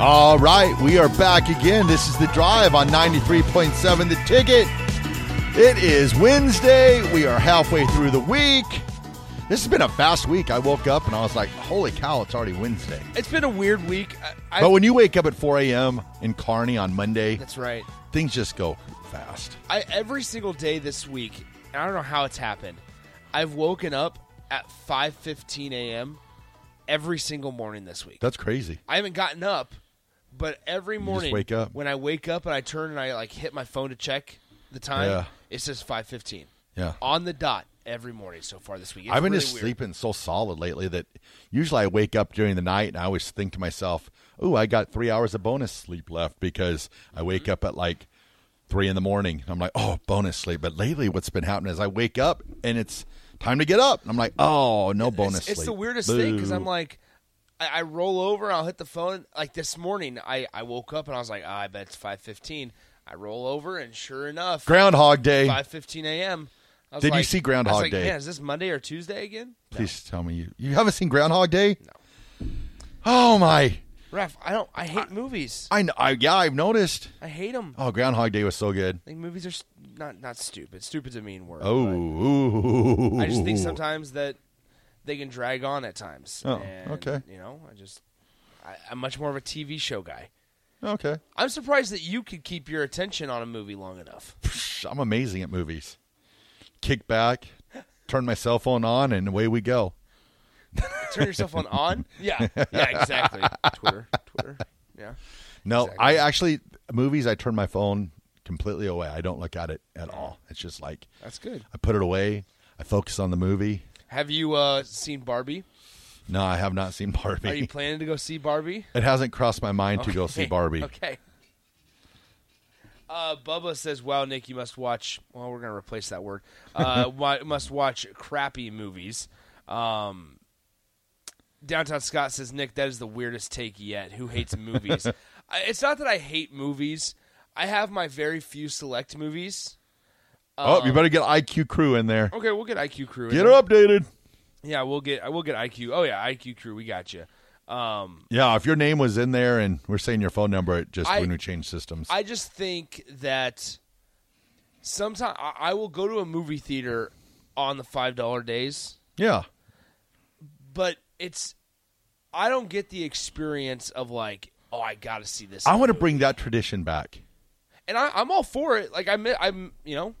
All right, we are back again. This is the drive on 93.7 The Ticket. It is Wednesday. We are halfway through the week. This has been a fast week. I woke up and I was like, holy cow, it's already Wednesday. It's been a weird week. I, I, But when you wake up at 4 a.m. in Kearney on Monday, that's right. things just go fast. I every single day this week, and I don't know how it's happened. I've woken up at 5:15 a.m. every single morning this week. That's crazy. I haven't gotten up, but every morning wake up. when I wake up and I turn and I like hit my phone to check the time, Yeah. it says 5:15 Yeah. on the dot every morning so far this week. It's I've been really just weird. sleeping so solid lately that usually I wake up during the night and I always think to myself, "Ooh, I got three hours of bonus sleep left because I Mm-hmm. wake up at like three in the morning." And I'm like, "Oh, bonus sleep." But lately, what's been happening is I wake up and it's time to get up, and I'm like, "Oh, no bonus It's, it's the sleep." weirdest thing because I'm Boo. like, I, I roll over, I'll hit the phone. Like this morning, I, I woke up and I was like, ah, I bet it's five fifteen. I roll over, and sure enough, Groundhog Day. five fifteen a.m. I was Did you like- see Groundhog I was like, Day? Man, is this Monday or Tuesday again? Please tell me you you haven't seen Groundhog Day. No. Oh my! Ref, I don't. I hate movies. I, kn- I yeah, I've noticed. I hate them. Oh, Groundhog Day was so good. I think movies are s- not not stupid. Stupid's a mean word. Oh, ooh. Oh. but I just think sometimes that they can drag on at times. Oh, And, okay. You know, I just I, I'm much more of a TV show guy. okay. I'm surprised that you could keep your attention on a movie long enough. I'm amazing at movies. Kick back, turn my cell phone on, and away we go. Turn yourself on on? Yeah. Yeah, exactly. Twitter. Twitter. Yeah. No, I actually movies. I turn my phone completely away. I don't look at it at all. It's just like That's good. I put it away. I focus on the movie. Have you uh, seen Barbie? No, I have not seen Barbie. Are you planning to go see Barbie? it hasn't crossed my mind to go see Okay. Barbie. Okay. Uh, Bubba says, "Wow, Nick, you must watch. Well, we're gonna replace that word. Uh, wa- must watch crappy movies." Um, Downtown Scott says, "Nick, that is the weirdest take yet. Who hates movies? I, it's not that I hate movies. I have my very few select movies. oh, you Um, better get IQ Crew in there. Okay, we'll get IQ Crew. in Get there. her updated. Yeah, we'll get. I will get IQ. Oh yeah, IQ Crew. We got you. Um, Yeah, if your name was in there and we're saying your phone number, it just I- when we change systems. I just think that sometimes I, I will go to a movie theater on the five dollar days, yeah. but it's I don't get the experience of like, oh, I got to see this, I want to bring that tradition back. and I, I'm all for it. Like I'm, I'm, you know,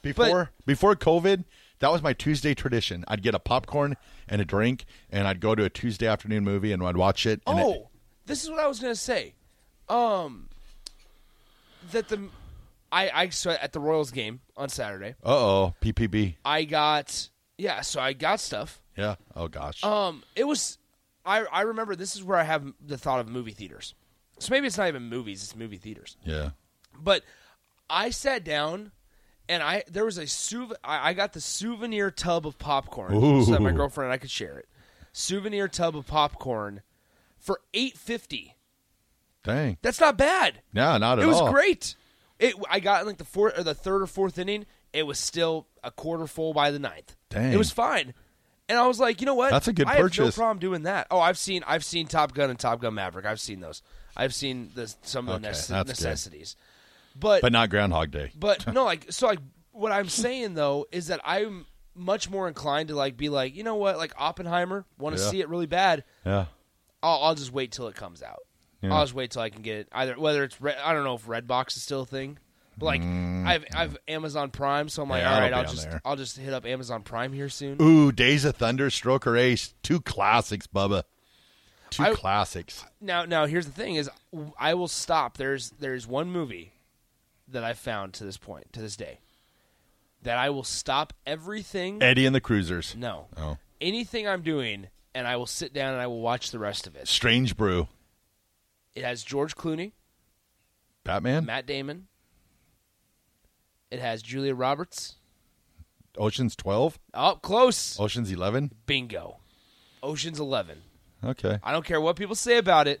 Before before COVID, that was my Tuesday tradition. I'd get a popcorn and a drink, and I'd go to a Tuesday afternoon movie, and I'd watch it. And it- oh, this is what I was gonna say, um, that the I I so at the Royals game on Saturday, uh-oh, PPB. I got yeah, so I got stuff. Yeah. Oh gosh. Um, it was. I I remember this is where I have the thought of movie theaters. So maybe it's not even movies; it's movie theaters. yeah. But I sat down, and I there was a souv. I, I got the souvenir tub of popcorn so that my Ooh. girlfriend and I could share it. Souvenir tub of popcorn for eight fifty. Dang. That's not bad. No, not at it was all. great. It I got in like the fourth or the third or fourth inning, It was still a quarter full by the ninth. Dang. It was fine. And I was like, you know what? That's a good I have no purchase. problem doing that. Oh, I've seen I've seen Top Gun and Top Gun Maverick. I've seen those. I've seen the, some of the Okay, nece- that's good. necessities. But but not Groundhog Day. but no, like so, like what I'm saying though is that I'm much more inclined to like be like, you know what, like Oppenheimer, want to Yeah. see it really bad. Yeah. I'll, I'll just wait till it comes out. Yeah. I'll just wait till I can get it. Either whether it's red, I don't know if Redbox is still a thing, but like I've I've Amazon Prime, so I'm like, Mm. Yeah, all right, it'll be I'll on just there. I'll just hit up Amazon Prime here soon. Ooh, Days of Thunder, Stroker Ace, two classics, Bubba. Two I- classics. Now now here's the thing is I will stop. There's there's one movie that I found to this point to this day that I will stop everything. Eddie and the Cruisers. No. Oh. Anything I'm doing, and I will sit down and I will watch the rest of it. Strange Brew. It has George Clooney, Batman? Matt Damon. It has Julia Roberts. Ocean's 12? Up close. Ocean's 11? Bingo. Ocean's 11. Okay. I don't care what people say about it.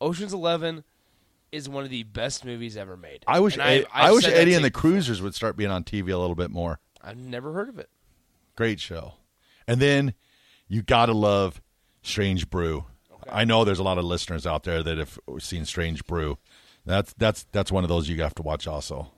Ocean's 11 is one of the best movies ever made. I wish And Ed- I've I wish said that Eddie to and the you. Cruisers would start being on TV a little bit more. I've never heard of it. Great show. And then you got to love Strange Brew. I know there's a lot of listeners out there that have seen Strange Brew. That's that's that's one of those you have to watch also.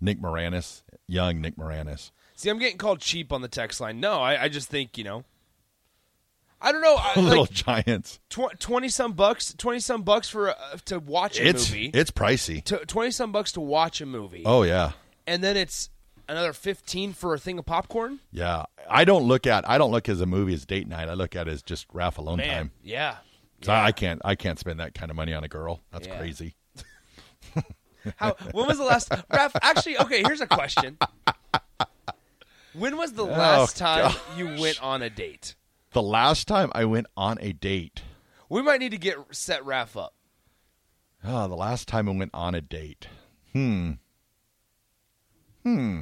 Nick Moranis, young Nick Moranis. See, I'm getting called cheap on the text line. No, I, I just think, you know. I don't know. I, Little like, Giants. tw- twenty some bucks, twenty some bucks for uh, to watch a It's movie. it's pricey. to, twenty some bucks to watch a movie, Oh yeah. and then it's another fifteen for a thing of popcorn. Yeah. I don't look at I don't look as a movie as date night. I look at it as just Ralph alone Man, time. yeah. 'Cause I, I can't I can't spend that kind of money on a girl. That's Yeah. crazy. How? When was the last? Raph, actually, okay. Here's a question. When was the last time you went on a date? The last time I went on a date. We might need to get set Raph up. Oh, the last time I went on a date. Hmm. Hmm.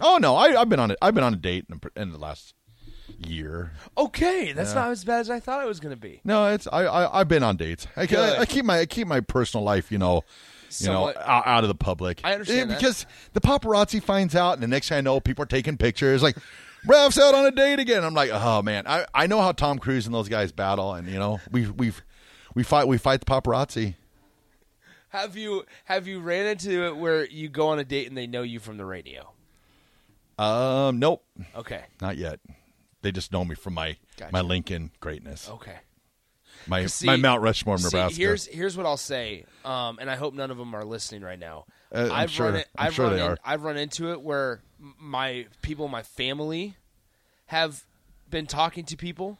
Oh no, I, I've been on it. I've been on a date in, in the last year. Okay, that's not as bad as I thought it was going to be. No, it's I, I I've been on dates. I, Good. I, I keep my I keep my personal life, you know, you know, Somewhat- o- out of the public. I understand Eh, that. because the paparazzi finds out, and the next thing I know, people are taking pictures. Like, Ralph's out on a date again. I'm like, oh man, I, I know how Tom Cruise and those guys battle, and you know, we we we fight we fight the paparazzi. Have you have you ran into it where you go on a date and they know you from the radio? Um, nope, Okay, not yet. They just know me from my my Lincoln greatness, okay. my See- my Mount Rushmore, see, Nebraska. here's here's what I'll say, um, and I hope none of them are listening right now. Uh, I'm I've sure- run it, I'm have sure run they in- are. I've run into it where m- my people, my family, have been talking to people,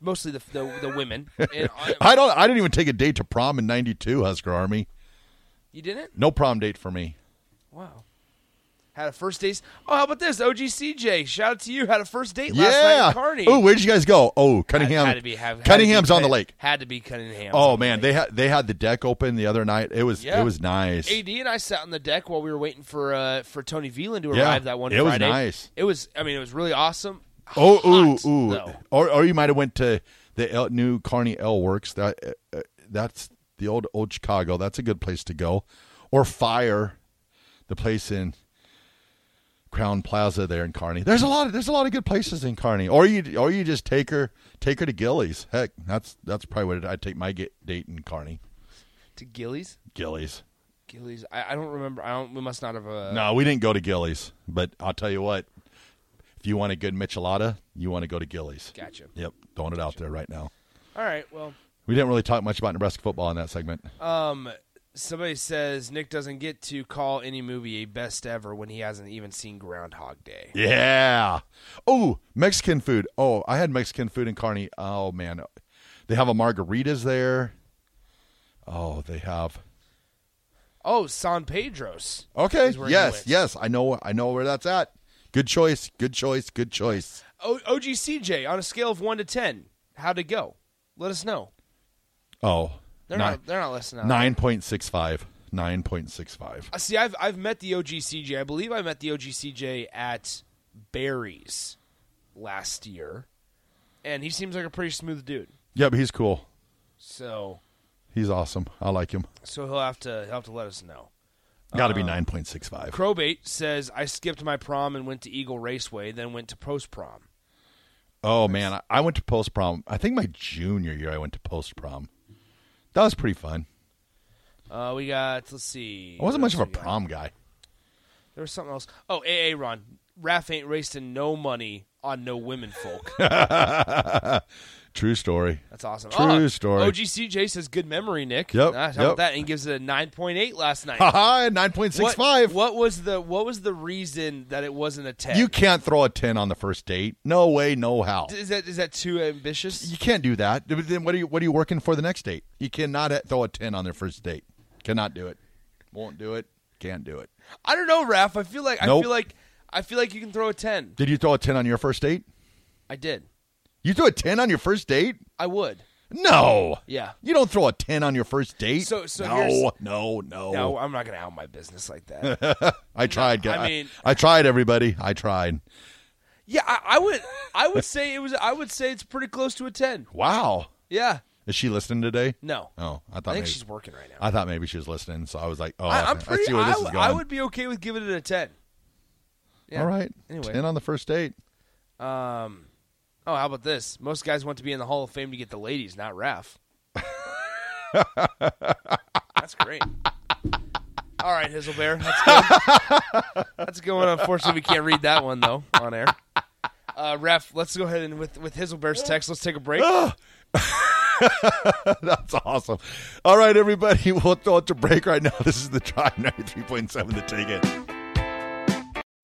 mostly the the, the women. And um, I- I don't. I didn't even take a date to prom in '92, Husker Army. you didn't? No prom date for me. Wow. Had a first date. Oh, how about this? OGCJ, shout out to you. Had a first date last night Yeah. at Carney. Oh, where'd you guys go? Oh, Had- Cunningham. had to be- have- had to be Cunningham's on the Cun- lake. Had to be Cunningham. Oh man, they had they had the deck open the other night. It was Yeah. it was nice. AD and I sat on the deck while we were waiting for uh, for Tony Veland to arrive Yeah, that one it was Friday. nice. It was. I mean, it was really awesome. Oh Hot, ooh ooh. though. Or or you might have went to the El, new Carney L Works. That uh, uh, that's the old old Chicago. That's a good place to go. Or Fire, the place in Crown Plaza there in Carney. There's a lot of there's a lot of good places in Carney. Or you or you just take her take her to Gillies. Heck, that's that's probably what I'd take my get, date in Carney. To Gillies. Gillies. Gillies. I, I don't remember. I don't. We must not have. Uh, No, we didn't go to Gillies, but I'll tell you what. If you want a good michelada, you want to go to Gillies. Gotcha. Yep, throwing it out there right now. All right. Well, We didn't really talk much about Nebraska football in that segment. um, somebody says Nick doesn't get to call any movie a best ever when he hasn't even seen Groundhog Day. yeah. Oh, Mexican food. Oh, I had Mexican food in Kearney. Oh man, they have a margaritas there. Oh, they have. Oh, San Pedro's. Okay. is where he Yes. went. Yes. I know. I know where that's at. Good choice. Good choice. Good choice. O- OGCJ on a scale of one to ten, how'd it go? Let us know. Oh, They're ni- not. They're not listening. out. nine point six five. Nine point six five. Uh, See, I've I've met the OGCJ. I believe I met the OGCJ at Barry's last year, and he seems like a pretty smooth dude. Yep, he's cool. So He's awesome. I like him. so he'll have to he'll have to let us know. Got to be nine point six five. Crowbait says I skipped my prom and went to Eagle Raceway, then went to post prom. Oh man, I, I went to post prom. I think my junior year, I went to post prom. That was pretty fun. Uh, we got let's see. I wasn't what much of a else we got? prom guy. There was something else. Oh, AA Ron. Raph ain't wasting no money on no women folk. True story. That's awesome. True Oh, story. OGCJ says good memory, Nick. Yep, Ah, how yep. about that? And gives it a nine point eight last night. Haha, nine point six What- five. What was the what was the reason that it wasn't a ten? You can't throw a ten on the first date. No way, no how. is that is that too ambitious? You can't do that. Then what are you what are you working for the next date? You cannot uh, throw a ten on their first date. Cannot do it. Won't do it. Can't do it. I don't know, Raph. I feel like I Nope. feel like I feel like you can throw a ten. Did you throw a ten on your first date? I did. You threw a ten on your first date? I would. No. Yeah. You don't throw a ten on your first date. So- so here's- no, no, no, No, I'm not gonna out my business like that. I tried, guys. I, mean- I tried, everybody. I tried. yeah, I, I would. I would say it was. I would say it's pretty close to a ten. Wow. Yeah. Is she listening today? No. Oh, I thought I think maybe, she's working right now. I thought maybe she was listening, so I was like, oh, I, I'm I pretty. see where I, this is w- going. I would be okay with giving it a ten. Yeah. All right. Anyway. Ten on the first date. Um. Oh, how about this? Most guys want to be in the Hall of Fame to get the ladies, not Raph. That's great. All right, Hizzlebear. That's good. That's a good one. Unfortunately, we can't read that one though on air. Uh, Raph, let's go ahead and with with Hizzlebear's text. Let's take a break. That's awesome. All right, everybody, we'll throw it to break right now. This is the Drive 93.7 The Ticket.